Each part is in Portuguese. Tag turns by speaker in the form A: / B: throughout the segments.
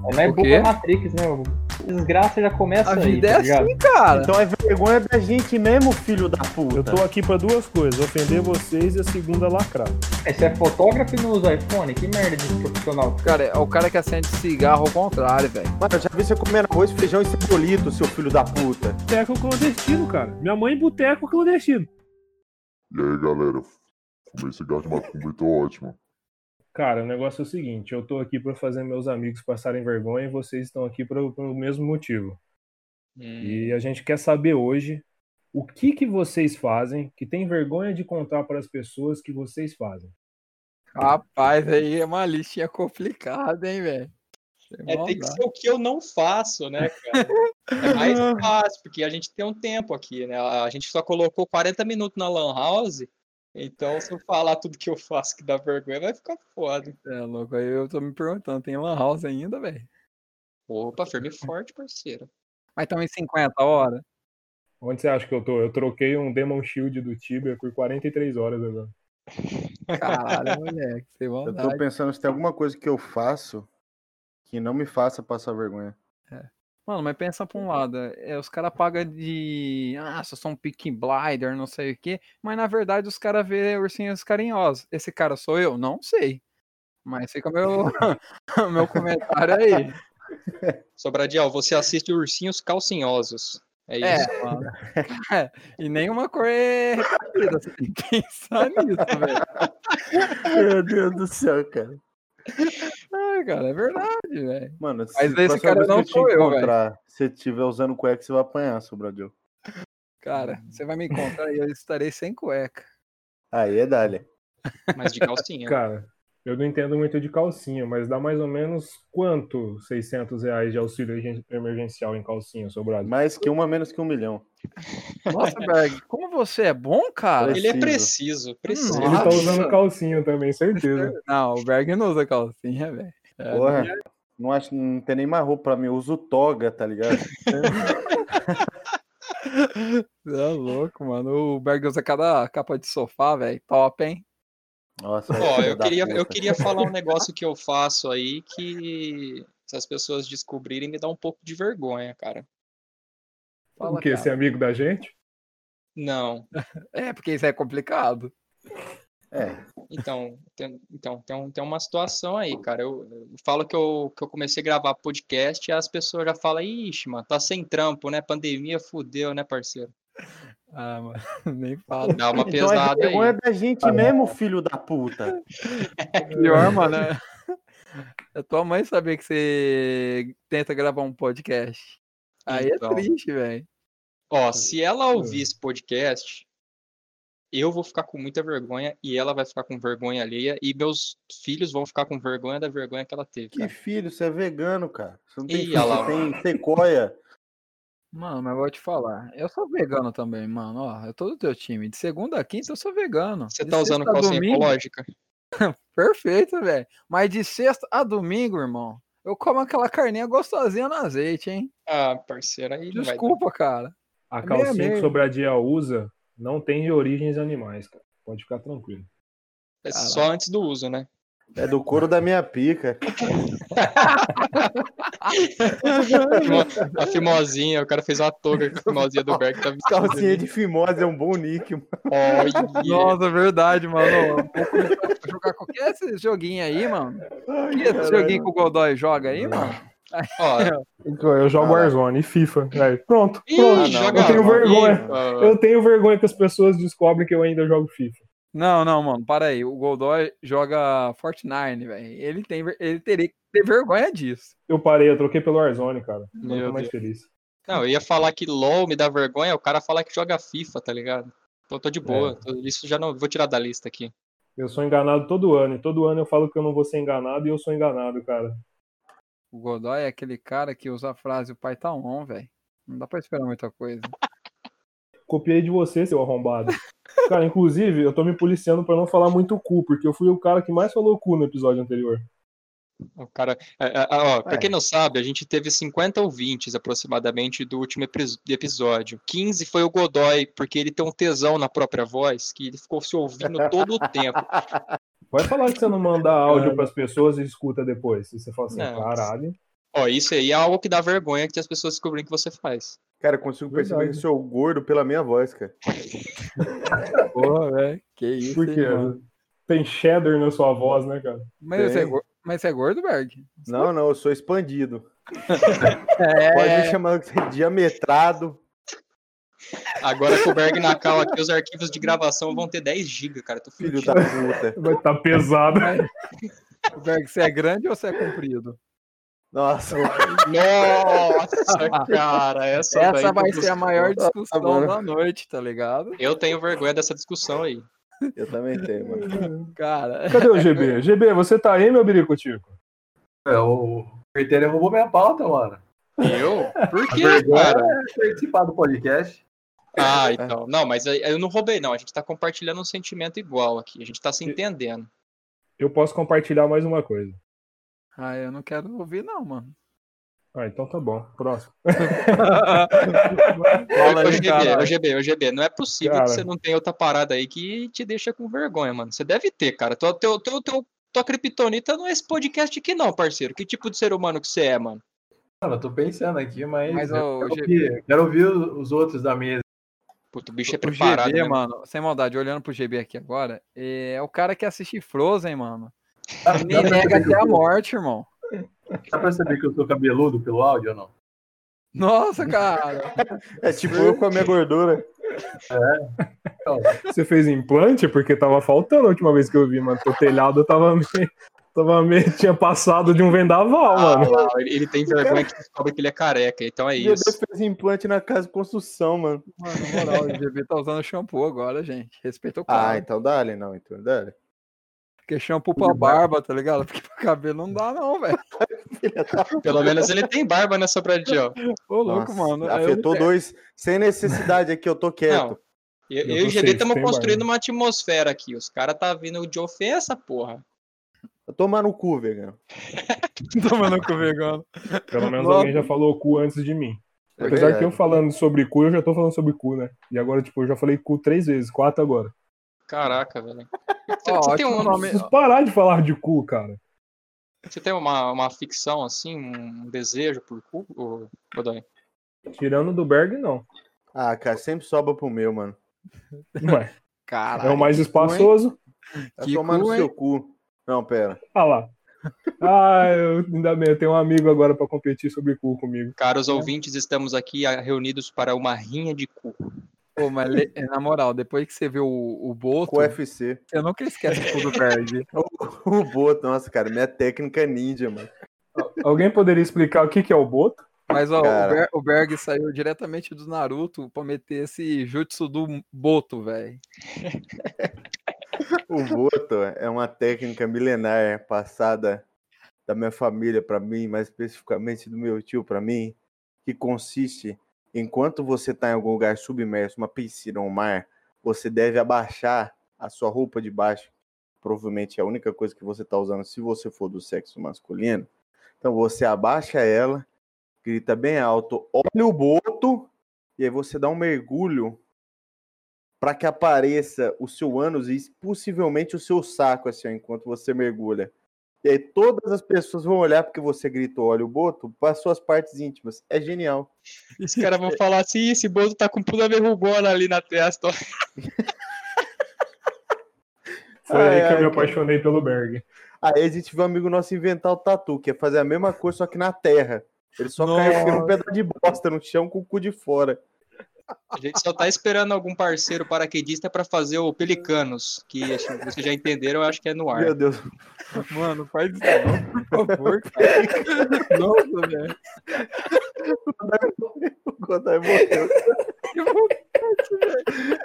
A: Mas é
B: quê?
A: buca Matrix, né? O- Desgraça já começa
B: A
A: aí,
B: vida é
A: tá ligado?
B: assim, cara.
C: Então é vergonha da gente mesmo, filho da puta.
D: Eu tô aqui pra duas coisas, ofender vocês e a segunda lacrar.
A: É, Você é fotógrafo e não usa iPhone? Que merda de profissional.
B: Cara, é o cara que acende cigarro ao contrário, velho.
C: Mano, eu já vi você comendo arroz, feijão e cebolito, seu filho da puta.
D: Boteco clandestino, cara. Minha mãe boteco clandestino.
E: E aí, galera? Fumei cigarro de macumba e tô ótimo.
D: Cara, o negócio é o seguinte, eu tô aqui pra fazer meus amigos passarem vergonha e vocês estão aqui pro- pelo mesmo motivo. E a gente quer saber hoje o que que vocês fazem que tem vergonha de contar para as pessoas que vocês fazem.
B: Rapaz, aí é uma listinha complicada, hein, velho. Sem
F: É, tem que
B: maldade.
F: ser o que eu não faço, né, cara? É mais fácil, porque a gente tem um tempo aqui, né? A gente só colocou 40 minutos na Lan House, então se eu falar tudo que eu faço que dá vergonha, vai ficar foda.
B: É louco, aí eu tô me perguntando, tem Lan House ainda, velho?
F: Opa, firme e forte, parceiro.
B: Mas também 50 horas?
D: Onde você acha que eu tô? Eu troquei um Demon Shield do Tibia por 43 horas agora.
B: Caralho, moleque, sem
G: Eu
B: maldade.
G: tô pensando se tem alguma coisa que eu faço que não me faça passar vergonha.
B: Mano, mas pensa
F: Uhum.
B: pra um lado, é, os caras pagam de. Ah, só são pick blinder, não sei o quê. Mas na verdade os caras vê ursinhos carinhosos. Esse cara sou eu? Não sei. Mas fica meu, meu comentário aí.
F: Sobradiel, você assiste Ursinhos Calcinhosos. É isso.
B: É, mano. É, e nenhuma cor é repetida. Você tem que pensar nisso, velho.
G: Meu Deus do céu, cara.
B: Ai, cara, é verdade, velho.
G: Mano, se
B: Mas esse
G: próxima
B: cara
G: vez que
B: não
G: te
B: sou eu, velho.
G: encontrar, Se você estiver usando cueca, você vai apanhar, Sobradil.
B: Cara, você vai me encontrar e eu estarei sem cueca.
G: Aí é Dália.
F: Mas de calcinha.
D: Cara, eu não entendo muito de calcinha, mas dá mais ou menos quanto 600 reais de auxílio emergen- emergencial em calcinha, sobrado?
G: Mais que uma, menos que um milhão.
B: Nossa, Berg, como você é bom, cara.
F: Ele é
G: preciso.
F: preciso, preciso.
D: Ele tá
B: Nossa.
D: usando calcinha também, é certeza.
B: Não, o Berg não usa calcinha, velho. É,
G: Porra, não, acho, não tem nem mais roupa pra mim. Eu uso toga, tá ligado?
B: Você é louco, mano. O Berg usa cada capa de sofá, velho. Top, hein?
G: Nossa,
F: Ó,
G: filho
F: eu
G: da
F: queria, eu
G: puta.
F: queria falar um negócio que eu faço aí que se as pessoas descobrirem me dá um pouco de vergonha, cara.
B: Fala,
D: o quê?
B: cara.
D: Ser amigo da gente?
F: Não.
B: É, porque isso é complicado.
G: É,
F: Então, tem, então tem, um- tem uma situação aí, cara. Eu, eu falo que eu, que eu comecei a gravar podcast e as pessoas já falam, ixi, mano, tá sem trampo, né? Pandemia fudeu, né, parceiro?
B: Ah, mano, nem fala.
F: Dá uma
C: Então é
F: pesada
C: vergonha
F: aí.
C: da gente
G: Tá
C: mesmo, filho da puta.
B: Pior, mano. é- É tua mãe saber que você tenta gravar um podcast. Aí
F: Então.
B: é triste, velho.
F: Ó, se ela ouvir esse podcast, eu vou ficar com muita vergonha e ela vai ficar com vergonha alheia e meus filhos vão ficar com vergonha da vergonha que ela teve,
G: que
F: cara.
G: filho, você é vegano, cara. Você não tem
F: Ih,
G: filho,
F: olha lá,
G: você tem sequoia.
B: Mano, mas eu vou te falar. Eu sou vegano também, mano. Ó, eu tô do teu time. De segunda a quinta eu sou vegano.
F: Você
B: De
F: tá usando
B: sexta a
F: calcinha
B: domingo,
F: ecológica?
B: Perfeito, velho. Mas de sexta a domingo, irmão, eu como aquela carninha gostosinha no azeite, hein?
F: Ah, parceiro, aí não vai dar.
B: Desculpa, cara. meio a
D: A calcinha que
B: meio.
D: Sobradiel usa não tem de origens animais, cara. Pode ficar tranquilo.
F: É
B: Caralho.
F: só antes do uso, né?
G: É do couro da minha pica.
F: Fimo- A fimosinha, o cara fez uma touca com a fimosinha do Berg. Tá vestido
G: Calcinha
F: ali.
G: de fimose é um bom nick, mano.
F: Olha,
B: Nossa, verdade, mano. Eu Vou começar a jogar qualquer esse joguinho aí, mano.
G: Ai,
B: Que esse
G: caralho.
B: joguinho que o Godoy joga aí, mano.
F: ó,
D: Então, Eu jogo
G: Caralho.
D: Warzone e FIFA. Aí, pronto,
F: Ih,
D: pronto.
F: joga
D: eu tenho
F: Warzone.
D: vergonha.
F: ó,
D: Eu tenho vergonha que as pessoas descobrem que eu ainda jogo FIFA.
B: Não, não, mano, para aí. O Godoy joga Fortnite, velho. Ele, tem, ver- ele teria que ter vergonha disso.
D: Eu parei, eu troquei pelo Warzone, cara. Não
F: Meu
D: tô mais feliz.
F: Não, eu ia falar que LOL me dá vergonha, o cara fala que joga FIFA, tá ligado? Pô, tô de boa, tô- isso já não vou tirar da lista aqui.
D: Eu sou enganado todo ano. E todo ano eu falo que eu não vou ser enganado e eu sou enganado, cara.
B: O Godoy é aquele cara que usa a frase o pai tá on, velho. Não dá pra esperar muita coisa.
D: Copiei de você, seu arrombado. Cara, inclusive, eu tô me policiando pra não falar muito cu, porque eu fui o cara que mais falou cu no episódio anterior.
F: O cara, é, é, ó, pra
G: Ué.
F: quem não sabe, a gente teve 50 ouvintes aproximadamente do último epis- episódio. 15 foi o Godoy, porque ele tem um tesão na própria voz, que ele ficou se ouvindo todo o tempo.
D: Vai falar que você não manda áudio pras pessoas e escuta depois. E você fala assim,
F: Não.
D: caralho.
F: Ó, isso aí é algo que dá vergonha que as pessoas descobrem que você faz.
G: Cara, eu consigo perceber
D: Verdade.
G: que eu sou gordo pela minha voz, cara.
B: Porra, velho. Que isso,
D: Por quê?
B: hein, mano?
D: Tem cheddar na sua voz, né, cara?
B: Mas você, é
G: Tem.
B: go- mas você é gordo, Berg?
G: Não, não, eu sou expandido. Pode me
B: É.
G: chamar de diametrado.
F: Agora com o Berg na cal aqui, os arquivos de gravação vão ter 10 GB, cara. Tô
G: Filho
F: fudido.
G: da puta.
D: Vai estar pesado.
B: Berg, você é grande ou você é comprido?
G: Nossa,
F: Nossa, cara, essa, daí
B: Essa
F: tá
B: vai ser a
F: buscando.
B: maior discussão
G: mano.
B: da noite, tá ligado?
F: Eu tenho vergonha dessa discussão aí.
G: eu também tenho, mano.
B: Cara,
D: Cadê o GB? GB, você tá aí, meu biricutico?
H: É, o Critério roubou minha pauta, mano.
F: Eu? Por quê,
H: Vergonha
F: cara?
H: é participar do podcast.
F: Ah, então. Não, mas aí- eu não roubei, não. A gente tá compartilhando um sentimento igual aqui. A gente tá se entendendo.
D: Eu posso compartilhar mais uma coisa.
B: Ah, eu não quero ouvir, não, mano.
D: Ah, então tá bom. Próximo.
B: Fala
F: Ô,
B: aí,
F: GB,
B: cara.
F: ô, GB, ô, GB, não é possível
D: Cara.
F: que você não tenha outra parada aí que te deixa com vergonha, mano. Você deve ter, cara. Tua, teu, teu, teu, tua criptonita não é esse podcast aqui, não, parceiro. Que tipo de ser humano que você é, mano?
H: Mano, Ah, eu tô pensando aqui, mas.
B: Mas,
H: eu
B: ô,
H: quero,
B: GB.
H: ouvir, quero ouvir os os outros da mesa.
F: Puto, o bicho é
B: O
F: preparado.
B: GB,
F: mesmo.
B: mano, sem maldade, olhando pro GB aqui agora, é o cara que assiste Frozen, mano.
H: Dá
B: Nem
H: pra
B: nega
H: saber que
B: até
H: eu
B: a
H: sou-
B: morte, irmão.
H: Dá pra saber que eu sou cabeludo pelo áudio ou não?
B: Nossa, cara.
G: É tipo eu com a minha gordura.
D: Você fez implante? Porque tava faltando a última vez que eu vi, mano. Teu telhado tava meio. Tava meio. Tinha passado de um vendaval,
F: Ah,
D: mano.
F: lá, ele, ele tem vergonha que descobre que ele é careca, então é
G: Meu Deus,
F: isso.
G: fez implante na casa de construção, mano.
B: Mano, na moral, o GB tá usando shampoo agora, gente. Respeita o cara.
G: Ah, então dá ali, não, então dá ali.
B: Porque shampoo pra barba, tá ligado? Porque pro cabelo não dá, não, velho.
F: Pelo menos ele tem barba nessa sobradinha, ó.
B: Ô, louco, mano. eu não
G: Afetou
B: quero.
G: dois sem necessidade aqui, eu tô quieto.
F: Eu,
D: Eu
F: eu e
D: tô
F: o GB
D: safe,
F: estamos
D: tem
F: construindo
D: barba.
F: uma atmosfera aqui. Os caras tá vindo de ofensa, porra.
G: Eu Tomar no cu, vegano.
B: Tomando com vegano.
D: Pelo menos
B: Nossa.
D: alguém já falou cu antes de mim.
G: É
D: Apesar que eu
G: verdade.
D: falando sobre cu, eu já tô falando sobre cu, né? E agora, tipo, eu já falei cu três vezes, quatro agora.
F: Caraca, velho. Você,
B: Ó,
F: você tem,
B: ótimo
F: um-
B: nome.
D: Preciso parar de falar de cu, cara.
F: você tem uma, uma ficção, assim, um desejo por cu, ô, Godoy?
D: Tirando do Berg, não.
G: Ah, cara, sempre sobra pro meu, mano.
D: Ué,
B: Caralho.
D: é o mais
B: que cu, hein?
D: espaçoso.
G: Vai
B: Que
G: tomar
B: cu,
G: no
B: hein?
G: seu cu. Não, pera.
D: Ah lá. Ah, eu, ainda bem, eu tenho um amigo agora pra competir sobre cu comigo.
B: É.
F: Caros ouvintes, estamos aqui ah, reunidos para uma rinha de cu.
B: Pô, mas le- é, na moral, depois que você vê o, o Boto,
G: Com o UFC.
B: você nunca esquece o cu do Berg.
G: O Boto, nossa, cara, minha técnica é ninja, mano.
D: Alguém poderia explicar o que, que é o boto?
B: Mas ó, o
G: Cara.
B: Ber- o Berg saiu diretamente do Naruto pra meter esse jutsu do Boto, velho.
G: O Boto é uma técnica milenar passada da minha família para mim, mais especificamente do meu tio para mim, que consiste, enquanto você está em algum lugar submerso, uma piscina ou um mar, você deve abaixar a sua roupa de baixo, provavelmente é a única coisa que você está usando se você for do sexo masculino. Então você abaixa ela, grita bem alto, olha o Boto, e aí você dá um mergulho para que apareça o seu ânus e possivelmente o seu saco, assim, ó, enquanto você mergulha. E aí todas as pessoas vão olhar porque você gritou, olha o boto, para suas partes íntimas. É genial.
F: Os caras vão falar assim, "Ih, esse Bozo tá com pula verrugona ali na testa. ó."
D: Foi
G: Ai,
D: aí
G: ai,
D: que eu me
G: cara.
D: apaixonei pelo Berg.
G: Aí a gente viu um amigo nosso inventar o tatu, que é fazer a mesma coisa, só que na terra. Ele só caiu com um pedaço de bosta no chão com o cu de fora.
F: A gente só tá esperando algum parceiro paraquedista para fazer o Pelicanos, que acho que vocês já entenderam, eu acho que é no
G: Meu
F: ar.
G: Deus.
B: Mano, faz isso não, por favor, cara. Nossa, velho.
G: O Godoy morreu.
B: Que vontade, velho.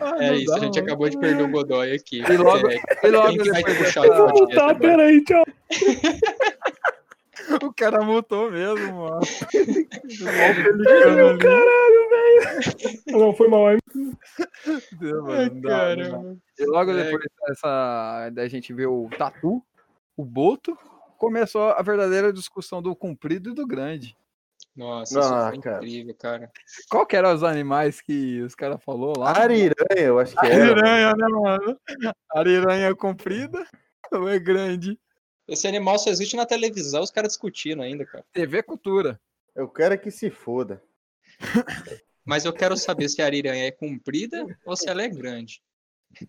B: Ah,
F: É
B: não
F: isso,
B: dá,
F: a gente
B: mano.
F: acabou de perder o Godoy aqui.
B: E logo-
F: É,
B: E logo
F: quem que vai
B: depois
F: puxar
B: dessa-
F: o podcast
D: Tá,
F: agora?
D: peraí, tchau.
B: o cara multou mesmo, mano.
D: Meu caralho, velho. Não, foi mal, hein?
B: Deus, mano, não
F: Ai,
B: dá, não dá.
F: caramba.
B: E logo
F: É.
B: depois dessa, da gente ver o Tatu, o Boto, começou a verdadeira discussão do comprido e do grande.
F: Nossa, isso
G: Ah,
F: foi
G: cara.
F: incrível, cara.
B: Qual que eram os animais que os caras falou lá?
G: Ariranha, eu acho que era.
B: Ariranha, né, mano? Ariranha comprida ou é grande?
F: Esse animal só existe na televisão, os caras discutindo ainda, cara.
B: TV Cultura.
G: Eu quero é que se foda.
F: Mas eu quero saber se a ariranha é comprida ou se ela é grande.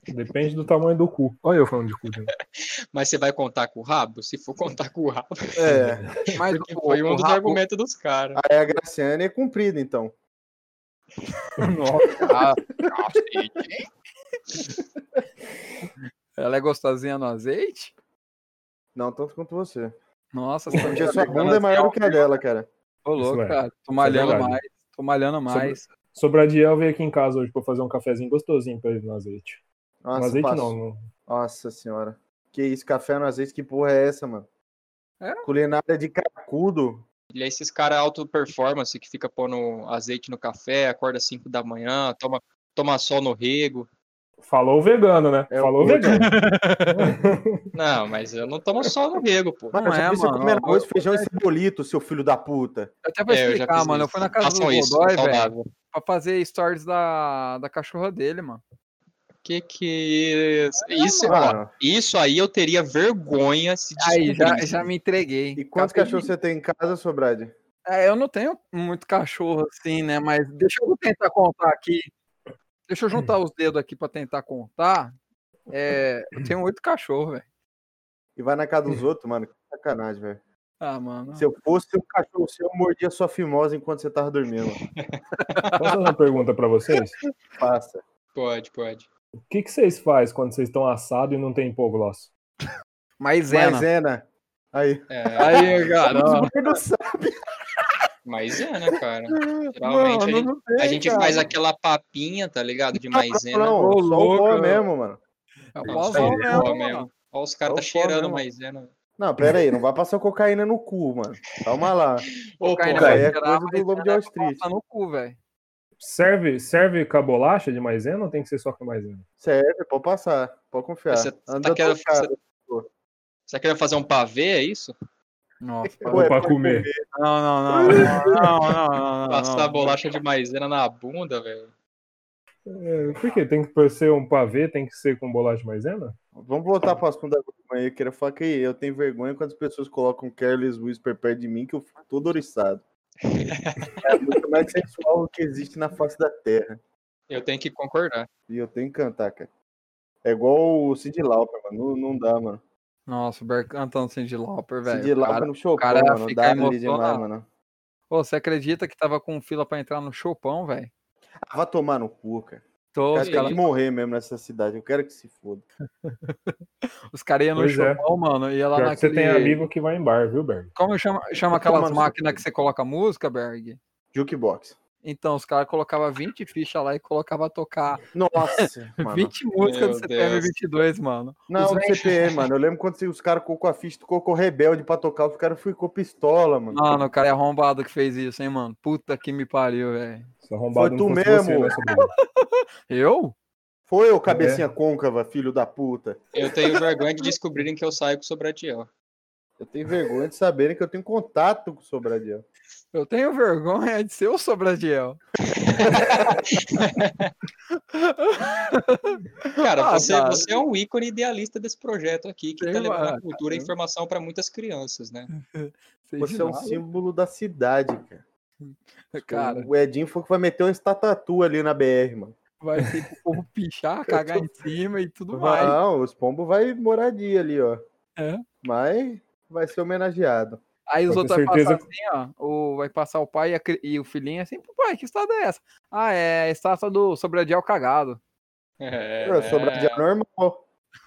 D: Depende do tamanho do cu. Olha eu falando de cu. de novo.
F: Mas você vai contar com o rabo? Se for contar com o rabo,
G: É.
B: Mas
F: que
B: o-
F: foi
B: o
F: um dos
B: rabo-
F: argumentos dos caras.
G: Aí a Graciane é cumprida, então.
B: Ah, cacete. Ela é gostosinha no azeite?
G: Não tanto quanto você.
B: Nossa, você tá me
G: Porque sua
B: jogando
G: bunda
B: assim,
G: é
B: ó.
G: maior que a dela, cara.
B: Ô, louco,
D: Isso é.
B: cara. Tô malhando
D: verdade.
B: mais. Tô malhando mais.
D: Sobradiel veio aqui em casa hoje pra fazer um cafezinho gostosinho pra ele no azeite. no
B: Um
G: Nossa,
D: azeite
G: passou.
B: né?
D: não, no-
G: Nossa senhora. Que isso, café no azeite, que porra é essa, mano?
B: É?
G: Culinária de cracudo.
F: E aí esses caras alto performance que fica pondo azeite no café, acorda às 5 da manhã, toma, toma sol no rego.
D: Falou o vegano, né?
G: É o
D: Falou o
G: cu,
D: vegano.
F: Não, mas eu não tomo sol no rego, pô.
G: Mano,
B: Não
G: eu já
B: é,
G: vi você
B: mano.
G: comer arroz,
B: É.
G: feijão e cebolito, seu filho da puta.
B: Até pra
F: É, eu já
B: explicar,
F: fiz
B: mano. Eu
F: isso.
B: fui na casa do
F: Façam isso,
B: Godoy, velho,
F: saudável.
B: pra fazer stories da, da cachorra dele, mano.
F: Que que
B: É,
F: isso, ó,
G: Mano,
F: isso aí eu teria vergonha se
B: Aí, já,
F: descobrisse.
B: já me entreguei.
G: e quantos
B: Acabei
G: cachorros
B: de-
G: você tem em casa, Sobrade?
B: É, eu não tenho muito cachorro assim, né? Mas deixa eu tentar contar aqui. Deixa eu juntar os dedos aqui pra tentar contar. É, eu tenho oito cachorros, velho.
G: E vai na casa dos outros, mano. Que sacanagem, velho.
B: Ah, mano.
G: Se eu fosse seu cachorro, seu, eu mordia sua fimosa enquanto você tava dormindo.
D: Posso fazer uma pergunta pra vocês?
G: Passa.
F: Pode, pode.
D: O que, que vocês fazem quando vocês estão assado e não tem hipogloss?
B: Maisena.
G: Maisena. Aí.
F: É,
B: é, né? Aí, cara. ó.
F: mas é, né, cara? Geralmente a gente,
B: não tem,
F: a gente
B: cara.
F: faz aquela papinha, tá ligado? De maisena.
G: Não,
B: Ô,
G: só o pó
B: louco.
G: mesmo, mano.
B: É o
F: Nossa,
B: vovó
F: é
B: mesmo,
F: vovó
B: mano.
F: mesmo. Ó, os
G: Só
F: caras
G: o pó
F: tá cheirando
G: mesmo.
F: maisena.
G: Não, pera aí, não vai passar cocaína no cu, mano. Calma lá.
F: Ô,
B: Cocaína
G: pô,
B: vai
G: aí é
B: tirar,
G: coisa do
B: mas
G: Lobo de
B: ela
G: Wall Street.
B: né? passa no cu, velho.
D: Serve, serve com a bolacha de maisena ou tem que ser só com maisena?
G: Serve, pode passar. Pode confiar.
F: Você tá
G: Anda
F: querendo-
G: tocado.
F: Você quer fazer um pavê, é isso?
B: Nossa.
G: Pô,
D: Ou
G: é
D: pra
G: pra
D: comer?
B: Não, não, não. Não, não, não. não,
F: Passar
B: não.
F: a bolacha de maisena na bunda, velho.
D: É, por quê? Tem que ser um pavê, tem que ser com bolacha de maisena?
G: Vamos voltar para o assunto da vergonha. aí. Eu quero falar que eu tenho vergonha quando as pessoas colocam Careless Whisper perto de mim, que eu fico todo oriçado. é a música mais sensual que existe na face da Terra.
F: Eu tenho que concordar.
G: E eu tenho que cantar, cara. É igual o Cid Lauper, mano. Não, não dá, mano.
B: Nossa, o Berk cantando Cindy Lauper, velho.
G: Cid
B: o cara-
G: Lauper no Chopin,
B: cara
G: mano.
B: fica
G: Dá ali demais,
B: emocionado.
G: mano.
B: Ô, você acredita que tava com fila pra entrar no Chopão, velho?
G: Ah, vai tomar no cu, cara.
B: Tô,
G: Cara,
B: os
F: Sim.
G: tem
B: caras
G: que morrer mesmo nessa cidade. Eu quero que se foda.
B: os cara iam no
D: Pois é.
B: Chopão, mano, e ia lá
D: Pior que
B: naquele...
D: Você tem amigo que vai em bar, viu, Berg?
B: Como chama, chama
G: Vai tomar
B: aquelas
G: no seu
B: máquinas
G: cu.
B: que você coloca música, Berg?
G: Jukebox.
B: Então, os caras colocavam 20 fichas lá e colocava a tocar
G: Nossa, mano.
B: 20 músicas do
F: Meu
B: CPM
F: Deus.
B: 22, mano.
G: Não, do CPM, mano. Eu lembro quando os caras colocou a ficha do Cocô Rebelde pra tocar, os caras ficou pistola, mano.
B: Mano, o cara é arrombado que fez isso, hein, mano? Puta que me pariu, velho.
D: Se arrombado
G: Foi
D: não
G: tu
D: fosse
G: mesmo.
D: você, né, sobrinho?
B: Eu?
G: Foi ô
B: é.
G: cabecinha côncava, filho da puta.
F: Eu tenho vergonha de descobrirem que eu saio com Sobradiel.
G: Eu tenho vergonha de saberem que eu tenho contato com o Sobradiel.
B: Eu tenho vergonha de ser o Sobradiel.
F: Cara,
B: Ah,
F: você,
B: cara.
F: você é um ícone idealista desse projeto aqui, que
B: Sei
F: tá levando
B: lá,
F: a cultura e a informação pra muitas crianças, né?
B: Sei de
G: Você é um
B: nada,
G: símbolo da cidade, cara.
B: Cara,
G: O Edinho foi que vai meter uma estatatua ali na BR, mano.
B: vai ter que o povo pichar, cagar em cima e tudo mais.
G: Não, os pombos vai moradia ali, ó.
B: É.
G: Mas vai ser homenageado.
B: Aí os
D: Pode ter
B: outros vai passar
D: certeza
B: assim, ó. O, vai passar o pai e, a cri- e o filhinho assim, "Pô, pai, que estátua é essa? Ah, é a estátua do Sobradiel cagado.
F: É,
G: É. Sobradiel normal.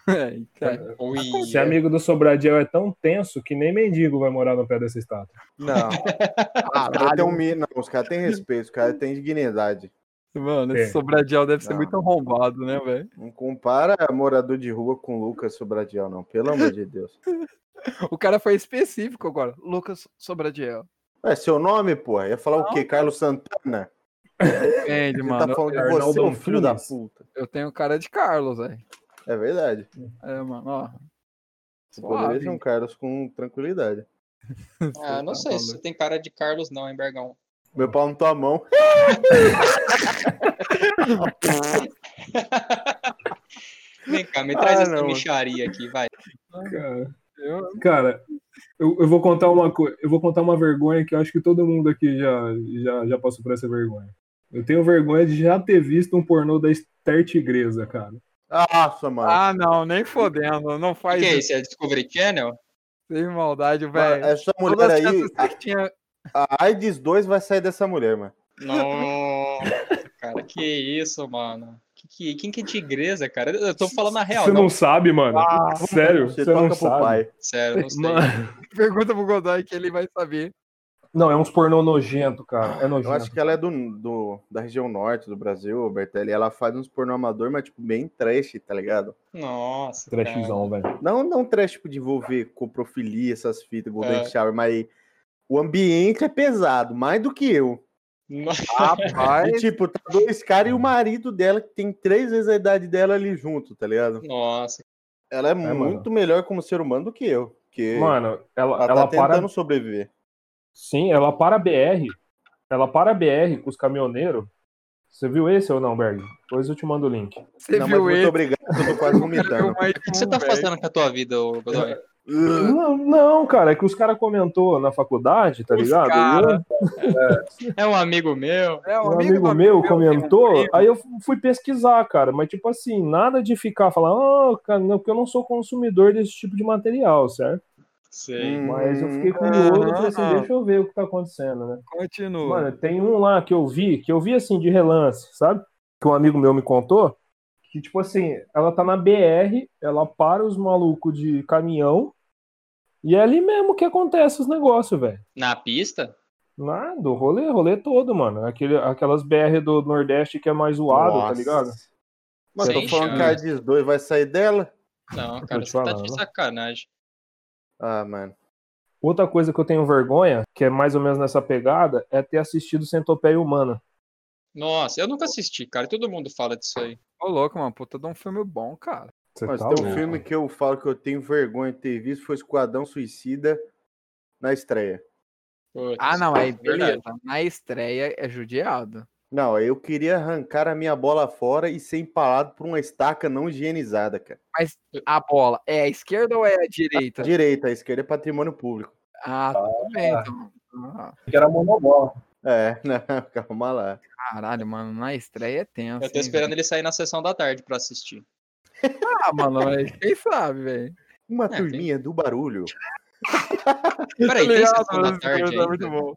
B: É, então,
F: Ui,
D: Esse amigo do Sobradiel é tão tenso que nem mendigo vai morar no pé dessa estátua.
G: Não. os caras têm um mi- Não, os caras têm respeito, os caras têm dignidade.
B: mano, esse
D: É.
B: Sobradiel deve ser
G: Não,
B: muito
G: não.
B: arrombado, né, velho?
G: Não compara morador de rua com Lucas Sobradiel, não. Pelo amor de Deus.
B: O cara foi específico agora. Lucas Sobradiel.
G: É seu nome, porra. Ia falar o quê? Carlos Santana?
B: Entende,
G: Ele
B: mano?
G: tá falando de
D: Arnaldo
G: você, ô filho da
D: Antunes.
G: puta.
B: Eu tenho cara de Carlos, velho.
G: É verdade.
B: É, mano, ó.
G: Você
B: Suave.
G: poderia ser um Carlos com tranquilidade.
F: Ah, não
B: Tá
F: sei se
B: maluco.
F: você tem cara de Carlos, não, hein, Bergão?
G: Meu pau na tua mão.
F: Vem cá, me traz
G: Ah,
F: essa
G: não.
D: Ah,
F: micharia aqui, vai.
B: Eu-
D: Cara, eu, eu vou contar uma coisa, eu vou contar uma vergonha que eu acho que todo mundo aqui já, já, já passou por essa vergonha. Eu tenho vergonha de já ter visto um pornô da Esther Tigresa, cara.
G: Nossa, mano.
B: Ah, não, nem fodendo. Não
F: O
B: faz
F: que é
B: isso.
F: isso? É Discovery Channel?
B: Sem maldade,
G: Mano,
B: velho.
G: essa é, mulher
B: Todas as
G: aí,
B: chances que tinha
G: a AIDS 2 vai sair dessa mulher, mano.
F: Nossa, cara, que isso, mano. Que, que- quem que é tigresa, cara? Eu tô falando a real,
D: Você
F: não,
D: não sabe, mano? Sério? Você,
G: Ah, Você
D: não
G: toca pro
D: sabe?
G: pai.
F: sério, não sei.
D: Mano,
B: pergunta pro Godoy que ele vai saber.
D: não, é uns pornô nojento, cara. É
G: Eu acho
D: nojento.
G: que ela é do, do- da região norte do Brasil, Bertelli. Ela faz uns pornô amador, mas tipo, bem trash, tá ligado?
F: Nossa, cara.
D: Trashzão, velho.
G: Não, não trash, tipo, de envolver coprofilia, essas fitas, golden
F: É.
G: shower, mas o ambiente é pesado, mais do que eu.
F: Nossa,
G: E,
B: Rapaz,
G: tipo, tá dois caras e o marido dela, que tem três vezes a idade dela ali junto, tá ligado?
F: Nossa,
G: Ela é,
D: mano.
G: muito melhor como ser humano do que eu. Porque
D: Mano, ela,
G: ela, tá
D: ela para.
G: tentando sobreviver.
D: Sim, ela para a BR. Ela para a BR com os caminhoneiros. Você viu esse ou não, Berg? Depois eu te mando o link.
B: você
G: não, mas
B: viu
G: muito
B: ele.
G: obrigado, eu tô quase vomitando.
F: o que que você tá fazendo com a tua vida, ô Godoy?
D: Não, não, cara, é que os caras comentou na faculdade, tá
B: Os
D: ligado?
B: cara.
D: Eu-
F: É um amigo meu.
B: É,
D: um amigo, meu comentou, aí eu fui pesquisar, cara, mas tipo assim, nada de ficar falando, "Ah, cara, não, porque eu não sou consumidor desse tipo de material, certo?
F: Sei.
D: Mas eu
G: Uhum.
D: fiquei curioso, eu falei
B: Aham.
D: assim, deixa eu ver o que tá acontecendo, né?
B: Continua.
D: Mano, tem um lá que eu vi, que eu vi assim de relance, sabe? Que um amigo meu me contou. Que, tipo assim, ela tá na BR, ela para os malucos de caminhão. E é ali mesmo que acontece os negócios, velho.
F: Na pista?
D: Nada, o rolê, rolê todo, mano. Aquele, aquelas BR do Nordeste que é mais zoado, tá
G: Nossa.
D: ligado?
G: Mas tô
F: Sem
G: falando que a
F: chance.
G: AIDS 2 vai sair dela?
F: Não,
D: tô
F: cara,
D: te
F: você tá de
D: falando.
F: sacanagem.
G: Ah, mano.
D: Outra coisa que eu tenho vergonha, que é mais ou menos nessa pegada, é ter assistido Centopeia Humana.
F: Nossa, eu nunca assisti, cara. Todo mundo fala disso aí.
B: Ô, louco, mano. Puta, de um filme bom, cara.
D: Você
G: Mas
D: tá
G: tem um
D: louco?
G: filme que eu falo que eu tenho vergonha de ter visto, foi Esquadrão Suicida na estreia.
F: Putz,
B: Ah, não, aí
F: verdade.
B: beleza. Na estreia é judiado.
G: Não, eu queria arrancar a minha bola fora e ser empalado por uma estaca não higienizada, cara.
B: A bola é a esquerda ou é a
G: À
B: direita?
G: Direita, à esquerda é patrimônio público.
B: Ah, tudo bem, então. Ah,
H: que era monobola.
G: É, não, calma lá.
B: caralho, mano, na estreia é tenso.
F: Eu tô
B: hein,
F: esperando ele sair na sessão da tarde pra assistir.
B: velho? Ah, mano, mas quem sabe, velho.
G: Uma
F: tem-
G: turminha do barulho.
F: Peraí,
B: Tá
F: tem
B: ligado?
F: sessão da
B: Esse filme
F: tarde
B: tá muito
F: ainda?
B: bom.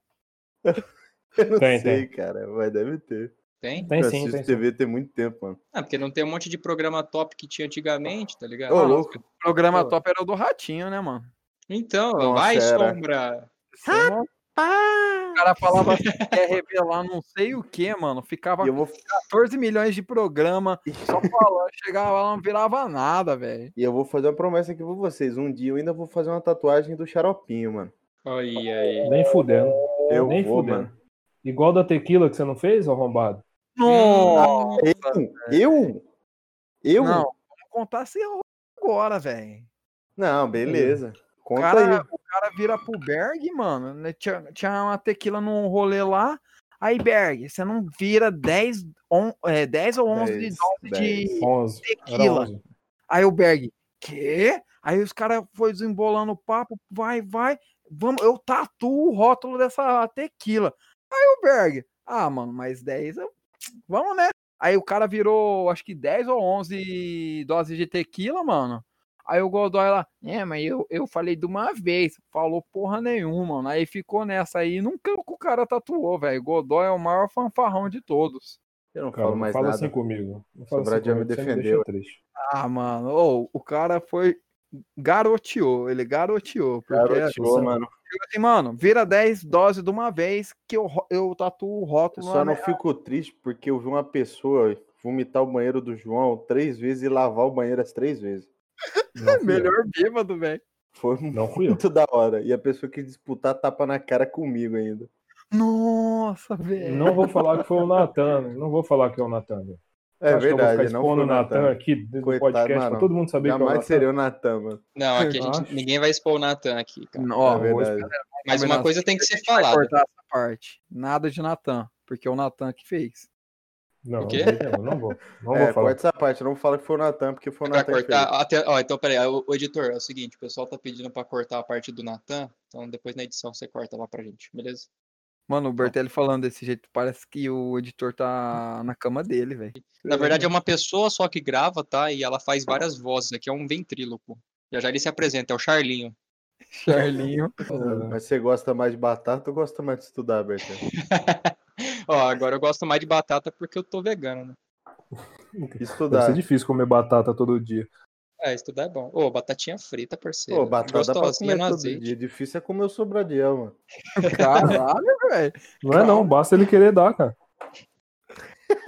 G: Eu não
D: Tem,
G: sei, cara, mas deve ter.
F: Tem?
D: Tem
G: eu
D: sim,
G: assisto
D: tem sim.
G: TV tem muito tempo, mano.
F: Ah, porque não tem um monte de programa top que tinha antigamente, tá ligado?
G: Ô,
F: Nossa,
G: louco.
B: O programa
D: Pô.
B: top era o do Ratinho, né, mano?
F: Então,
G: Nossa,
F: vai,
B: é, né?
G: era.
F: Sombra.
B: Isso é uma- O cara falava assim, quer revelar não sei o que, mano. Ficava
G: E eu vou,
B: 14 milhões de programa, só falando, chegava lá, não virava nada, velho.
G: e eu vou fazer uma promessa aqui pra vocês. Um dia eu ainda vou fazer uma tatuagem do xaropinho, mano.
F: Olha aí.
D: Nem fudendo.
G: Eu
D: nem
G: vou,
D: fudendo.
G: mano.
D: Igual da tequila que você não fez, arrombado?
B: Nossa,
G: Eu? Eu? Eu?
B: não, vamos contar esse rolo agora, velho.
G: Não, beleza.
B: O
G: Conta
B: cara,
G: aí.
B: o cara vira pro Berg, mano. né, Tinha, tinha uma tequila num rolê lá. Aí, Berg, você não vira 10, on, é, 10 ou 11 de
G: Dez,
B: dose
G: dez.
B: de
D: 11. Era
B: tequila.
D: 11.
B: Aí o Berg, quê? Aí os caras foi desembolando o papo, vai, vai, vamos, eu tatuo o rótulo dessa tequila. Aí o Berg, ah, mano, mais 10, eu- vamos, né? Aí o cara virou, acho que 10 ou 11 doses de tequila, mano. Aí o Godoy lá, é, mas eu, eu falei de uma vez, falou porra nenhuma, mano. Aí ficou nessa aí, nunca que o cara tatuou, velho. Godoy é o maior fanfarrão de todos.
G: Eu não
D: Cara,
G: falo
D: não
G: mais
D: fala
G: nada.
D: assim comigo. Não fala
G: Sobrado
D: assim
G: já me
D: comigo, você
G: defendeu.
D: deixa triste.
B: Ah, mano, ô, o cara foi. Garoteou, ele garoteou. Porque
G: Garoteou, mano.
B: Chegou assim, mano, vira 10 doses de uma vez que eu, ro- eu tatuo o
G: Eu
B: rótulo.
G: só
B: na
G: não
B: minha-
G: fico triste porque eu vi uma pessoa vomitar o banheiro do João três vezes e lavar o banheiro as três vezes.
D: Não fui eu.
B: Melhor bêbado, velho.
G: Foi
D: Não fui eu.
G: muito da hora. E a pessoa quis disputar tapa na cara comigo ainda.
B: Nossa, velho.
D: Não vou falar que foi o Natan. Não vou falar que é o Natan. velho.
G: É
D: Acho que eu vou
G: verdade,
D: ficar
G: não foi
D: expondo
G: o
D: o Natan
G: Natan.
D: aqui do
G: Coitado,
D: podcast
G: mano.
D: pra todo mundo saber que é o Natan. Tá
G: Jamais seria o Natan, mano.
F: Não, aqui a
D: Eu
F: gente,
D: acho.
F: ninguém vai expor o Natan aqui, cara.
B: N- Ó,
G: é verdade.
F: Mas uma
B: combinação.
F: coisa tem que ser
B: vai
F: falada.
B: cortar essa parte. Nada de Natan, porque é o Natan que fez.
D: Não,
F: O quê?
D: de jeito nenhum, não vou. Não
G: é,
D: vou falar.
G: corta essa parte, não fala que foi o Natan, porque foi o
B: né,
F: Pra
G: Natan que
F: cortar,
G: fez.
F: até, ó, então, peraí, o, o editor, é o seguinte, o pessoal tá pedindo pra cortar a parte do Natan, então depois na edição você corta lá pra gente, beleza?
B: Mano, o Bertelli falando desse jeito, parece que o editor tá na cama dele, velho.
F: Na
G: Uhum.
F: verdade, é uma pessoa só que grava, tá? E ela faz várias vozes, aqui é um ventríloco. Já já ele se apresenta, é o Charlinho.
B: Charlinho.
D: É.
G: Mas você gosta mais de batata ou gosta mais de estudar, Bertão?
F: Ó, agora eu gosto mais de batata porque eu tô vegano, né?
D: Deve
G: Estudar.
D: ser difícil comer batata todo dia.
F: É, estudar é bom. Ô, batatinha frita, parceiro.
G: Pô, batata dá pra
F: gostosinha
G: comer
F: no
G: todo
F: azeite.
G: dia. Difícil é comer o sobradiel, mano.
B: Caralho, velho.
D: Não é não, basta ele querer dar, cara.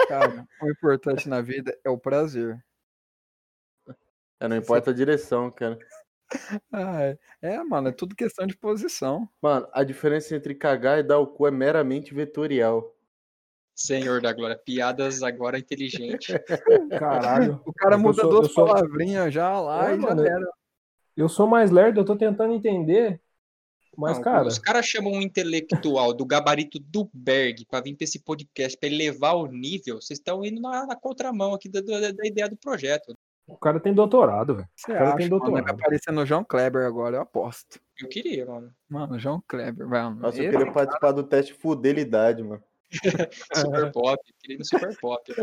B: Cara, o importante na vida é o prazer.
G: É, não importa a direção, cara.
B: Ai, é, mano, é tudo questão de posição.
G: Mano, a diferença entre cagar e dar o cu é meramente vetorial.
F: Senhor da glória, piadas agora inteligentes.
D: Caralho.
B: O cara
D: Eu
B: muda
D: sou- eu
B: duas
D: sou-
B: palavrinhas já lá
D: É,
B: e já
D: mano,
B: era.
D: Eu sou mais lerdo, eu tô tentando entender. Mas,
F: Não,
D: cara,
F: Os
G: assim?
F: caras chamam um intelectual do gabarito do Berg pra vir pra esse podcast, pra elevar o nível. Vocês estão indo na, na contramão aqui da, da- da ideia do projeto.
D: o cara tem doutorado, velho.
B: Você
D: cara tem
B: acha, mano,
D: doutorado.
B: vai aparecer no João Kleber agora, eu aposto.
F: Eu queria, mano.
B: Mano, João Kleber, mano.
G: Nossa, eu
B: esse-
G: queria participar do teste fudelidade, mano.
F: Super pop, eu queria ir no super pop.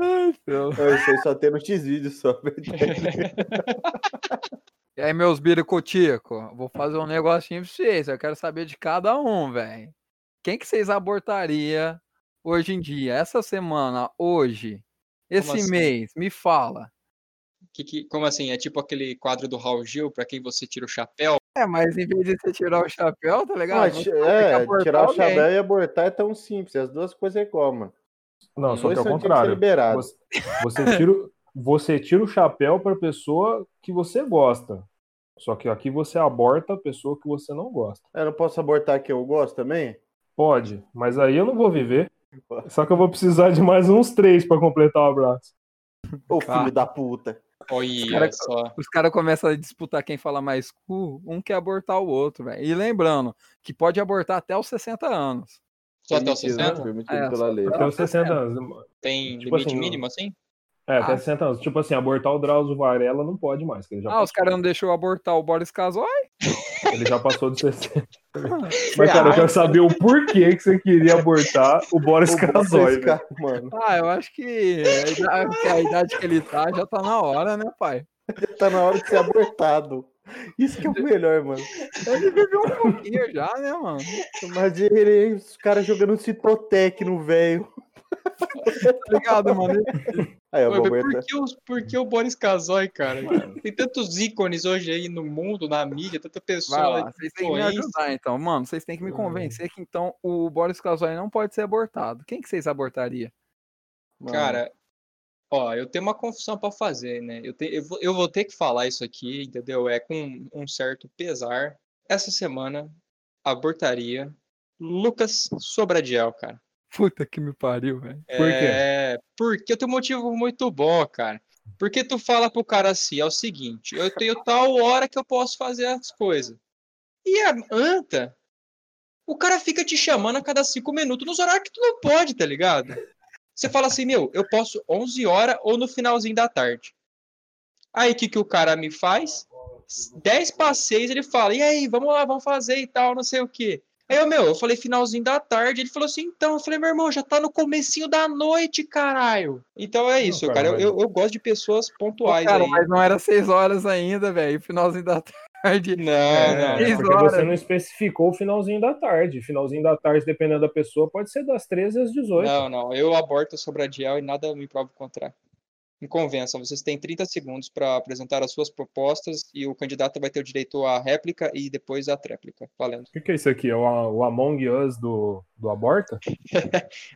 B: Ai, meu.
G: Eu sei só ter no X-Vídeo só.
B: E aí, meus biricotico, vou fazer um negocinho pra vocês. Eu quero saber de cada um, velho. Quem que vocês abortaria hoje em dia, essa semana, hoje, esse
F: assim?
B: mês? Me fala.
F: Que, que, como assim? É tipo aquele quadro do Raul Gil, pra quem você tira o chapéu?
B: É, mas em vez de você tirar o chapéu, tá ligado?
G: Ah,
B: Você
G: ti-
B: vai ter que
G: é,
B: abortar
G: tirar o
B: alguém.
G: chapéu e abortar é tão simples. As duas coisas é igual, mano.
D: Não, só
G: Dois
D: que é
G: são- tinha
D: o
G: ser
D: contrário.
G: liberado.
D: Você, você tira, o- você tira o chapéu pra pessoa que você gosta. Só que aqui você aborta a pessoa que você não gosta.
G: Eu não posso abortar quem eu gosto também?
D: Pode, mas aí eu não vou viver. Só que eu vou precisar de mais uns três pra completar o abraço.
G: Ô
D: Tá.
B: Cara.
G: filho da puta.
F: Olha
B: cara-
F: só.
B: Os caras começam a disputar quem fala mais cu, um quer abortar o outro, velho. E lembrando que pode abortar até os 60 anos.
F: Só até o
G: Permitido, né?
F: 60?
G: Permitido
B: É,
G: pela lei.
D: Até os 60 anos.
F: Tem
D: Tipo
F: limite
D: assim,
F: mínimo assim?
D: É, até
B: Ah.
D: 60 anos. Tipo assim, abortar o Drauzio Varela não pode mais, que ele já,
B: Ah, os caras não deixou abortar o Boris Casoy?
D: ele já passou de 60. Mas, cara, eu quero saber o porquê que você queria abortar o Boris
G: Ô, bota é esse
D: Casoy. velho.
G: cara, mano.
B: Ah, eu acho que a idade, que a idade que ele tá já tá na hora, né, pai?
G: Tá na hora de ser abortado. Isso que é o melhor, mano.
B: Ele viveu um pouquinho já, né, mano?
G: Imagina ele, os caras jogando citotec no velho.
B: Tá ligado, mano?
G: Aí eu
F: Ué,
G: vou
F: mas por,
G: abortar.
F: que os, por que o Boris Casoy, cara? Tem tantos ícones hoje aí no mundo, na mídia, tanta
B: Vai
F: pessoa.
B: lá, vocês têm que me
F: influência.
B: ajudar, então. Mano, vocês têm que me convencer que, então, o Boris Casoy não pode ser abortado. Quem que vocês abortaria?
G: mano.
F: Cara, ó, eu tenho uma confissão pra fazer, né? Eu, te- eu, vou, eu vou ter que falar isso aqui, entendeu? É com um certo pesar. Essa semana, abortaria Lucas Sobradiel, cara.
B: Puta que me pariu, velho.
D: Por quê?
F: É, porque eu tenho um motivo muito bom, cara. Porque tu fala pro cara assim, é o seguinte, eu tenho tal hora que eu posso fazer as coisas. E a anta, o cara fica te chamando a cada cinco minutos nos horários que tu não pode, tá ligado? Você fala assim, meu, eu posso 11 horas ou no finalzinho da tarde. Aí o que, que o cara me faz? 10 para 6 ele fala, e aí, vamos lá, vamos fazer e tal, não sei o quê. Aí eu, meu, eu falei finalzinho da tarde, ele falou assim, então, eu falei, meu irmão, já tá no comecinho da noite, caralho. Então é isso,
D: cara,
F: cara, eu-
D: mas-
F: eu, eu gosto de pessoas
B: Pô,
F: pontuais
B: cara,
F: aí.
B: mas não era seis horas ainda, velho. Finalzinho da tarde.
F: Não, não,
D: É,
B: Três
D: porque
B: horas.
D: você não especificou o finalzinho da tarde. Finalzinho da tarde, dependendo da pessoa, pode ser das 13 às 18.
F: Não, não, eu aborto sobre a Diel e nada me prova o contrário. Me convençam, vocês têm 30 segundos para apresentar as suas propostas e o candidato vai ter o direito à réplica e depois à tréplica. Valendo.
D: O que, que é isso aqui? É o, o Among Us do, do Aborta?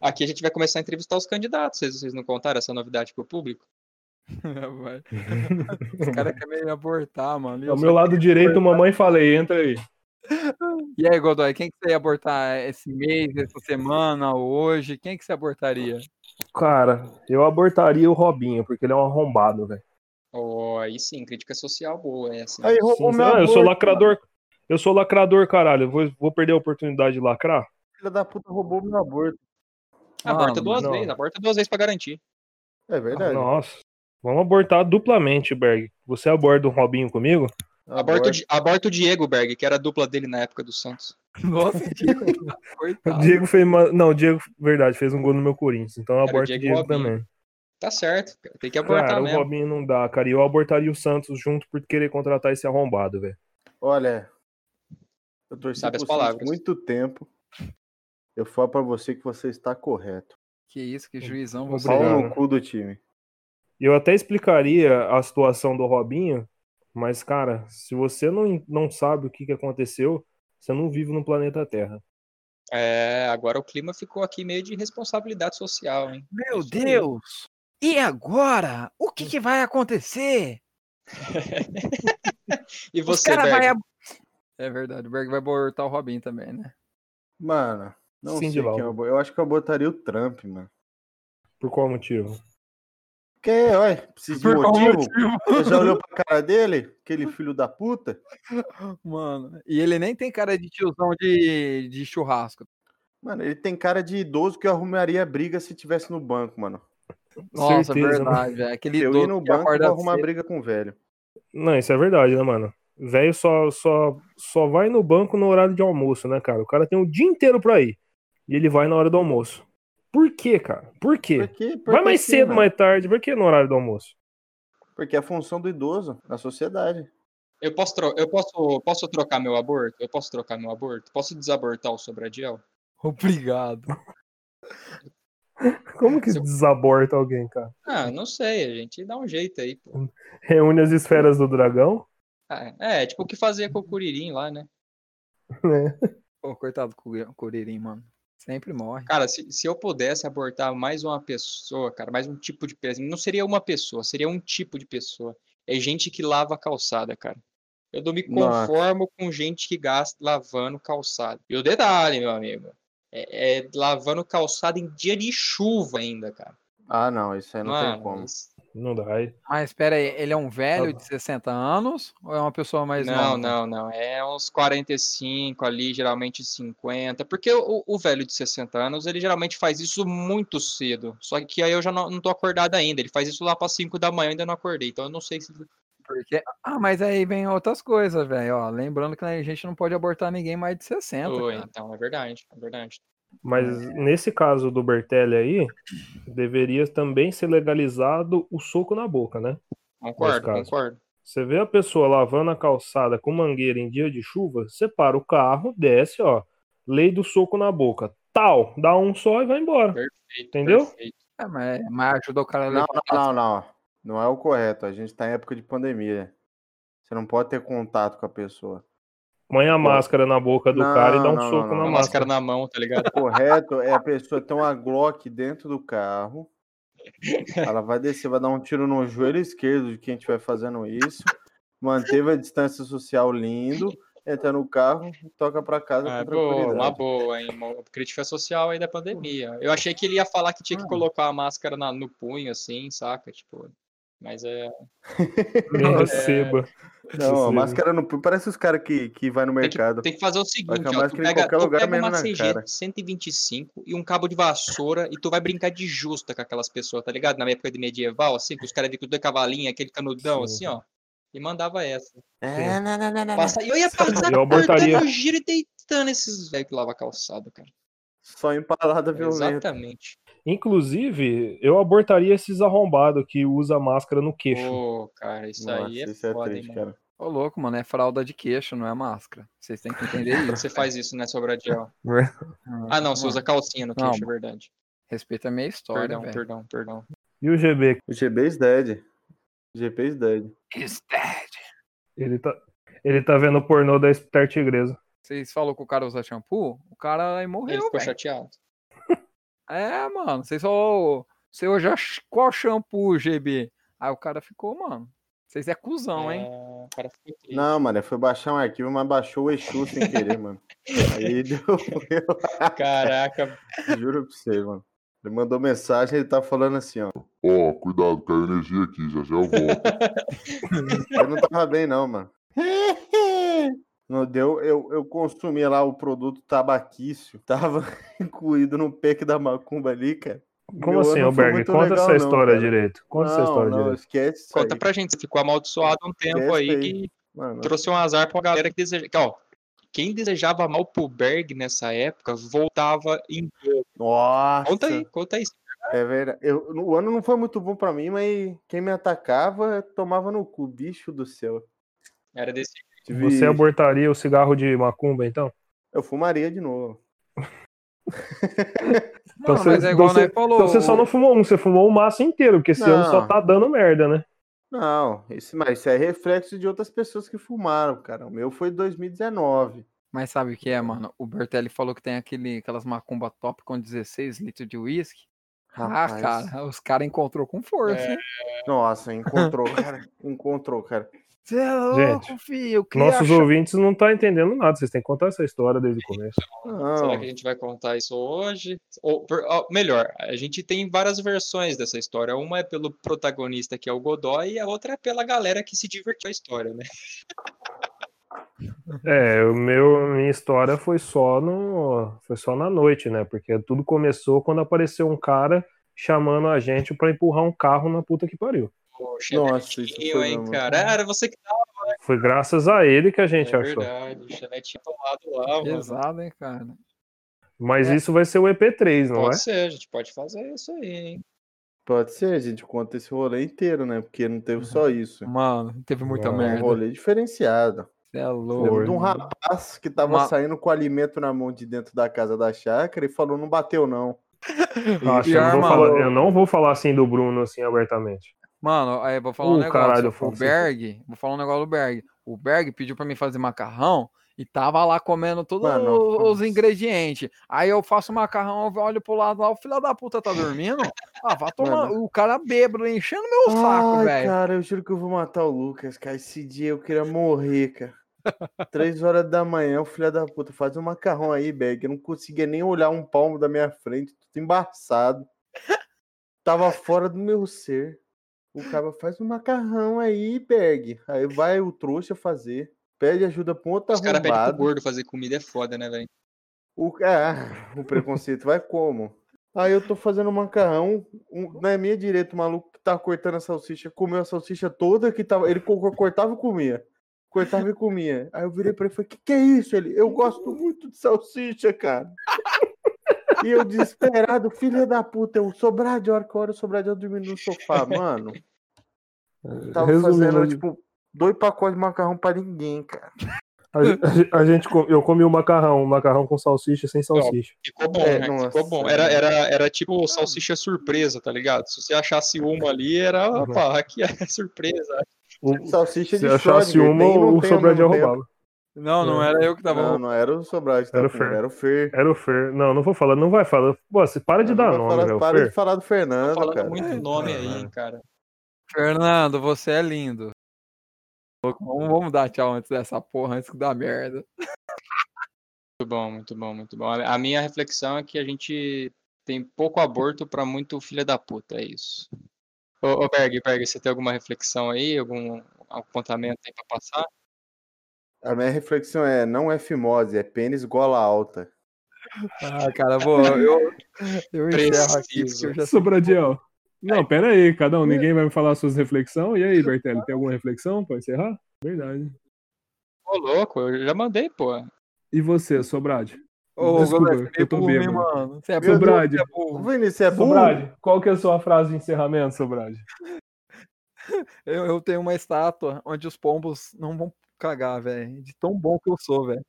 F: Aqui a gente vai começar a entrevistar os candidatos, vocês, vocês não contaram essa novidade para o público?
B: Vai. Os caras querem me abortar, mano. E,
D: É o
B: eu
D: meu lado direito, mamãe falei, entra aí.
B: sou- E aí, Godoy, quem que você ia abortar esse mês, essa semana, hoje? Quem que você abortaria?
D: Cara, eu abortaria o Robinho, porque ele é um arrombado, velho.
F: Oh, aí sim, crítica social boa é assim. essa.
G: Aí roubou
D: Sim,
G: meu
D: ah, eu
G: aborto,
D: sou lacrador. Eu sou lacrador, caralho. Eu Vou, vou perder a oportunidade de lacrar?
G: Filha da puta roubou meu aborto.
F: Ah, Aborta duas
D: não.
F: vezes, aborta duas vezes pra garantir.
G: É verdade.
D: Nossa. Vamos abortar duplamente, Berg. Você aborda o Robinho comigo?
F: Aborta, o Di- aborta o Diego Berg, que era a dupla dele na época do Santos.
B: Nossa, Diego,
D: O
B: coitado.
D: Diego fez. uma- Não, o Diego, verdade, fez um gol no meu Corinthians. Então eu
F: Cara, o
D: aborto o
F: Diego
D: Diego,
F: Robinho.
D: também.
F: Tá certo, cara, tem que abortar
D: Cara, o
F: mesmo.
D: Robinho não dá, cara. E eu abortaria o Santos junto por querer contratar esse arrombado, velho.
G: Olha, eu torci
F: Sabe as
G: por Santos
F: palavras.
G: muito tempo. Eu falo pra você que você está correto.
B: Que isso, que juizão você
D: Obrigado.
G: Pau no cu do time.
D: E Eu até explicaria a situação do Robinho, mas, cara, se você não, não sabe o que, que aconteceu, você não vive no planeta Terra.
F: É, agora o clima ficou aqui meio de responsabilidade social, hein?
B: Meu
F: Isso aí.
B: Deus! E agora? O que, que vai acontecer?
F: E
B: Os
F: você,
B: cara
F: Berg?
B: vai ab- É verdade, o Berg vai abortar o Robin também, né?
G: Mano, não
D: Sim,
G: sei
D: Divaldo.
G: quem eu, abo- eu acho que eu botaria o Trump, mano.
D: Por qual motivo?
G: Porque, olha, precisa de motivo. Você já olhou pra cara dele? Aquele filho da puta?
B: Mano, e ele nem tem cara de tiozão de, de churrasco.
G: Mano, ele tem cara de idoso que eu arrumaria briga se tivesse no banco, mano.
B: Nossa,
D: Certeza, né?
B: verdade, velho. Aquele
G: Eu
B: idoso
G: ir no
B: que
G: banco
B: acorda
G: pra arrumar
B: cedo.
G: briga com o velho.
D: Não, isso é verdade, né, mano? Velho só, só, só vai no banco no horário de almoço, né, cara? O cara tem o dia inteiro pra ir. E ele vai na hora do almoço. Por quê, cara? Por
G: Por
D: quê?
G: quê? Por
D: Vai
G: quê
D: mais
G: sim,
D: cedo,
G: mano?
D: mais tarde. Por que no horário do almoço?
G: Porque é a função do idoso na sociedade.
F: Eu posso, tro- eu posso, posso trocar meu aborto? Eu posso trocar meu aborto? Posso desabortar o Sobradiel?
B: Obrigado.
D: Como que
F: Seu-
D: desaborta alguém, cara?
F: Ah, não sei, a gente dá um jeito aí, pô.
D: Reúne as esferas do dragão?
F: Ah, é, tipo o que fazia com o Curirim lá, né?
D: Né?
B: Pô, coitado do Cu- Curirim, mano. Sempre morre.
F: Cara, se, se eu pudesse abortar mais uma pessoa, cara, mais um tipo de pessoa, não seria uma pessoa, seria um tipo de pessoa. É gente que lava a calçada, cara. Eu não me
G: Nossa.
F: conformo com gente que gasta lavando calçada. E o detalhe, meu amigo, é, é lavando calçada em dia de chuva ainda, cara.
G: Ah, não, isso aí não
F: Mano,
G: tem como.
F: isso-
D: Não dá. aí-
B: Mas espera aí, ele é um velho
D: Tá.
B: de 60 anos ou é uma pessoa mais nova?
F: Não, não, não. É uns 45 ali, geralmente 50. Porque o, o velho de 60 anos, ele geralmente faz isso muito cedo. Só que aí eu já não, não tô acordado ainda. Ele faz isso lá para 5 da manhã, eu ainda não acordei. Então eu não sei se.
B: Porque... Ah, mas aí vem outras coisas, velho. ó. Lembrando que a gente não pode abortar ninguém mais de 60.
F: Oi,
B: cara.
F: então, é verdade, é verdade.
D: Mas
G: É.
D: nesse caso do Bertelli aí, deveria também ser legalizado o soco na boca, né?
F: Concordo,
D: caso.
F: concordo.
D: Você vê a pessoa lavando a calçada com mangueira em dia de chuva, você para o carro, desce, ó. Lei do soco na boca. Tal, dá um só e vai embora.
F: Perfeito,
D: Entendeu?
F: perfeito.
B: É, mas, mas ajudou o cara a
F: é
G: Não,
B: levantar
G: não, não, não. Não é o correto. A gente tá em época de pandemia. Você não pode ter contato com a pessoa.
D: Põe a máscara na boca do
G: Não,
D: cara e dá um
G: não, não,
D: soco na
F: Com a
G: não.
D: máscara.
F: máscara na mão, tá ligado?
G: O correto é a pessoa ter uma Glock dentro do carro. Ela vai descer, vai dar um tiro no joelho esquerdo de quem estiver fazendo isso. Manteve a distância social lindo. Entra no carro, toca pra casa
F: Ah,
G: com
F: boa, uma
G: tranquilidade.
F: boa, hein? Uma crítica social aí da pandemia. Eu achei que ele ia falar que tinha que colocar a máscara na- no punho, assim, saca? Tipo. Mas é.
G: É.
D: Nem receba.
G: Não, a
D: Sim.
G: máscara não parece os caras que, que vai no
F: Tem que,
G: mercado.
F: tem que fazer o seguinte,
G: com a
F: ó, tu
G: máscara em
F: pega,
G: qualquer
F: tu
G: lugar,
F: pega
G: mesmo
F: uma
G: na
F: CG
G: cara.
F: 125 e um cabo de vassoura e tu vai brincar de justa com aquelas pessoas, tá ligado? Na minha época de medieval, assim, que os caras vinham com dois cavalinhos, aquele canudão,
D: Sim.
F: assim, ó. E mandava essa.
G: É, não, não, não, não, não.
F: Passa- eu ia passar
D: Eu abortaria.
F: o giro e deitando esses velhos que lava calçado, cara.
G: Só empalada violenta.
F: Exatamente.
D: Inclusive, eu abortaria esses arrombados que usa máscara no queixo.
F: Pô, cara, isso aí é
G: Nossa, isso é
F: foda, hein,
G: triste,
F: mano.
G: cara.
B: Ô, louco, mano, é fralda de queixo, não é máscara. Vocês têm que entender isso.
F: Você faz isso, né, Sobradiel?
D: Ver-
F: ah, não, você usa calcinha no
B: Não.
F: queixo, é verdade.
B: Respeita a minha história,
F: Perdão,
B: velho.
F: perdão, perdão.
D: E o GB,
G: O GB is dead. O GB is dead.
D: ele tá, ele tá vendo o pornô da Esther Tigresa.
B: Vocês falam que o cara usa shampoo? O cara aí
F: Ele
B: morreu,
F: ficou
B: velho.
F: chateado.
B: É, mano, vocês só. Você hoje qual shampoo, GB? Aí o cara ficou, mano. Vocês é cuzão, hein?
F: É, o cara ficou triste.
G: Não, mano, eu fui baixar um arquivo, mas baixou o Exu sem querer, mano. Aí deu. Eu
F: Caraca,
G: juro pra você, mano. Ele mandou mensagem, ele tá falando assim, ó.
E: Ó, cuidado, caiu energia aqui, já já eu volto.
G: Eu não tava bem, não, mano. Não deu, eu, eu consumi lá o produto tabaquício. Tava incluído no pack da macumba ali, cara.
D: Como
G: Meu
D: assim,
G: ano foi
D: Alberg?
G: muito
D: Conta
G: legal,
D: essa
G: não,
D: história
G: cara.
D: direito. Conta essa história
G: não,
D: direito.
G: esquece isso
F: Conta
G: aí,
F: pra gente, você ficou amaldiçoado há um tempo
G: Esquece
F: aí,
G: aí.
F: que
G: mano.
F: trouxe um azar pra uma galera que deseja. Que, ó, quem desejava mal pro Berg nessa época voltava em.
G: Nossa,
F: Conta aí, conta aí.
G: é verdade. Eu, o ano não foi muito bom pra mim, mas quem me atacava tomava no cu, bicho do céu.
F: Era desse.
G: Tive-
D: Você abortaria o cigarro de macumba, então?
G: Eu fumaria de novo.
D: Então
B: Mano,
D: você-
B: mas é igual
D: então você-
B: nós falou.
D: Então você só não fumou um, você fumou o maço inteiro, porque esse ano só
G: Não.
D: tá dando merda, né?
G: Não, esse, mas isso é reflexo de outras pessoas que fumaram, cara. O meu foi 2019.
B: Mas sabe o que
G: Hum.
B: é, mano? O Bertelli falou que tem aquele, aquelas macumba top com 16 litros de uísque. Ah,
G: Rapaz.
B: cara, os caras encontrou com força.
D: É.
B: hein?
G: Nossa, encontrou, cara. Encontrou, cara.
B: Você é louco,
D: Gente,
B: filho. Eu queria
D: Nossos
B: achar-
D: ouvintes não estão entendendo nada, vocês têm que contar essa história desde o começo.
F: Será que a
G: Não,
F: gente vai contar isso hoje? Ou, por- ó, melhor, a gente tem várias versões dessa história. Uma é pelo protagonista, que é o Godoy, e a outra é pela galera que se divertiu a história, né?
D: É, o meu, minha história foi só no, foi só na noite, né? Porque tudo começou quando apareceu um cara chamando a gente pra empurrar um carro na puta que pariu.
F: Poxa, é
G: nossa, isso
F: Betinho,
G: foi
F: hein,
G: uma-
F: cara? Ah, Era você que tava,
D: Foi graças a ele que a gente
F: é
D: achou.
F: verdade. O Chavetinho do lado lá, mano.
B: Pesado, hein, cara.
D: Mas isso vai ser o EP3, não
F: Pode
D: é?
F: ser, a gente pode fazer isso aí, hein?
G: Pode ser, a gente conta esse rolê inteiro, né? Porque não teve só isso.
B: Mano, teve muita
D: Não,
G: É um
B: merda.
G: rolê diferenciado.
B: Você é
G: Lembro de
B: louco.
G: um rapaz que tava
B: Uma-
G: saindo com alimento na mão de dentro da casa da chácara e falou: não bateu, não.
D: Acho que eu,
B: pior,
G: é
D: não vou
B: mano.
D: falar- eu não vou falar assim do Bruno assim abertamente.
B: Mano, aí eu vou falar
D: Ô,
B: um negócio.
D: Uh, caralho,
B: o
D: Afonso.
B: Berg, vou falar um negócio do Berg. O Berg pediu pra mim fazer macarrão e tava lá comendo todos
G: Mano,
B: os
G: Afonso.
B: ingredientes. Aí eu faço macarrão, eu olho pro lado lá, o filho da puta tá dormindo. Ah, vá tomar.
G: Mano.
B: O cara bêbado, enchendo meu saco,
G: Ai,
B: velho.
G: Cara, eu juro que eu vou matar o Lucas, cara. Esse dia eu queria morrer, cara. Três horas da manhã, o filho da puta, faz um macarrão aí, Berg. Eu não conseguia nem olhar um palmo da minha frente, tudo embaçado. Tava fora do meu ser. O cara faz um macarrão aí, Berg. Aí vai o trouxa fazer. Pede ajuda pra um outro
F: Os caras pedem pro
G: arrombado.
F: gordo fazer comida é foda, né, velho?
G: O, ah, o preconceito vai como? Aí eu tô fazendo macarrão, um- na minha direita, o maluco que tá cortando a salsicha, comeu a salsicha toda que tava. Ele co- cortava e comia. Cortava e comia. Aí eu virei pra ele e falei: que que é isso? Ele, eu gosto muito de salsicha, cara. E eu desesperado, filha da puta, eu sobrar de hora que hora, eu sobrar de hora dormindo no sofá, mano. Tava fazendo,
D: É, Resumindo,
G: tipo, dois pacotes de macarrão pra ninguém, cara.
D: a, a- a gente, com- eu comi o macarrão, o macarrão com salsicha sem salsicha.
F: Ficou bom,
G: É,
F: né?
G: nossa,
F: Ficou bom. Era,
G: mano.
F: era, era tipo salsicha surpresa, tá ligado? Se você achasse uma ali, era,
D: Uhum.
F: opa, aqui é surpresa.
D: O-
G: Salsicha
D: se
G: de
D: achasse
G: Schrödinger,
D: uma,
G: tem e não
D: o
G: tem ao
D: Sobradinho
G: mesmo tempo.
D: roubava.
B: Não, não era eu que
F: Tá
B: tava.
G: Não, não era o Sobral que
D: Era
G: era,
D: o Fer.
G: era o Fer.
D: Era o Fer. Não, não vou falar, não vai falar. Pô, você para de
G: Não
D: dar
G: vai
D: nome,
G: falar-
D: velho.
G: para de
D: né, Fer.
G: falar do Fernando,
F: Tá Falando
G: cara. É,
F: muito nome aí, hein, cara.
B: Fernando, você é lindo. Louco, Vamos, vamos dar tchau antes dessa porra, antes que dá merda.
F: Muito bom, muito bom, muito bom. A a minha reflexão é que a gente tem pouco aborto pra muito filha da puta, é isso. Ô, ô Berg, Berg, você tem alguma reflexão aí? Algum apontamento aí pra passar?
G: A minha reflexão é, não é fimose, é pênis gola alta.
B: Ah, cara, vou, eu, eu encerro aqui. porque
F: Preciso.
B: eu já sei-
D: Sobradiel.
G: É.
D: Não, pera aí, cada um. Ninguém vai me falar suas reflexões. E aí, Bertelli, tem alguma reflexão pra encerrar? Verdade.
F: Ô, louco, eu já mandei, pô.
D: E você, Sobrade?
B: Ô,
D: Desculpa,
B: Godoy, você é
D: eu tô
B: burro, hein,
D: bêbado.
B: mano. Você é
D: Meu
B: burro,
D: Brad.
B: você é
F: Uhum.
B: burro.
G: Vinícius, é burro?
D: Sobrade, qual que é a sua frase de encerramento, Sobrade?
B: Eu, eu tenho uma estátua onde os pombos não vão cagar, velho. De tão bom que eu sou, velho.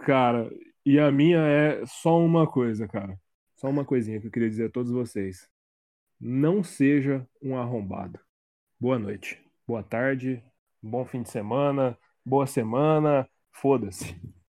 D: Cara, e a minha é só uma coisa, cara. Só uma coisinha que eu queria dizer a todos vocês. Não seja um arrombado. Boa noite, boa tarde, bom fim de semana, boa semana, foda-se.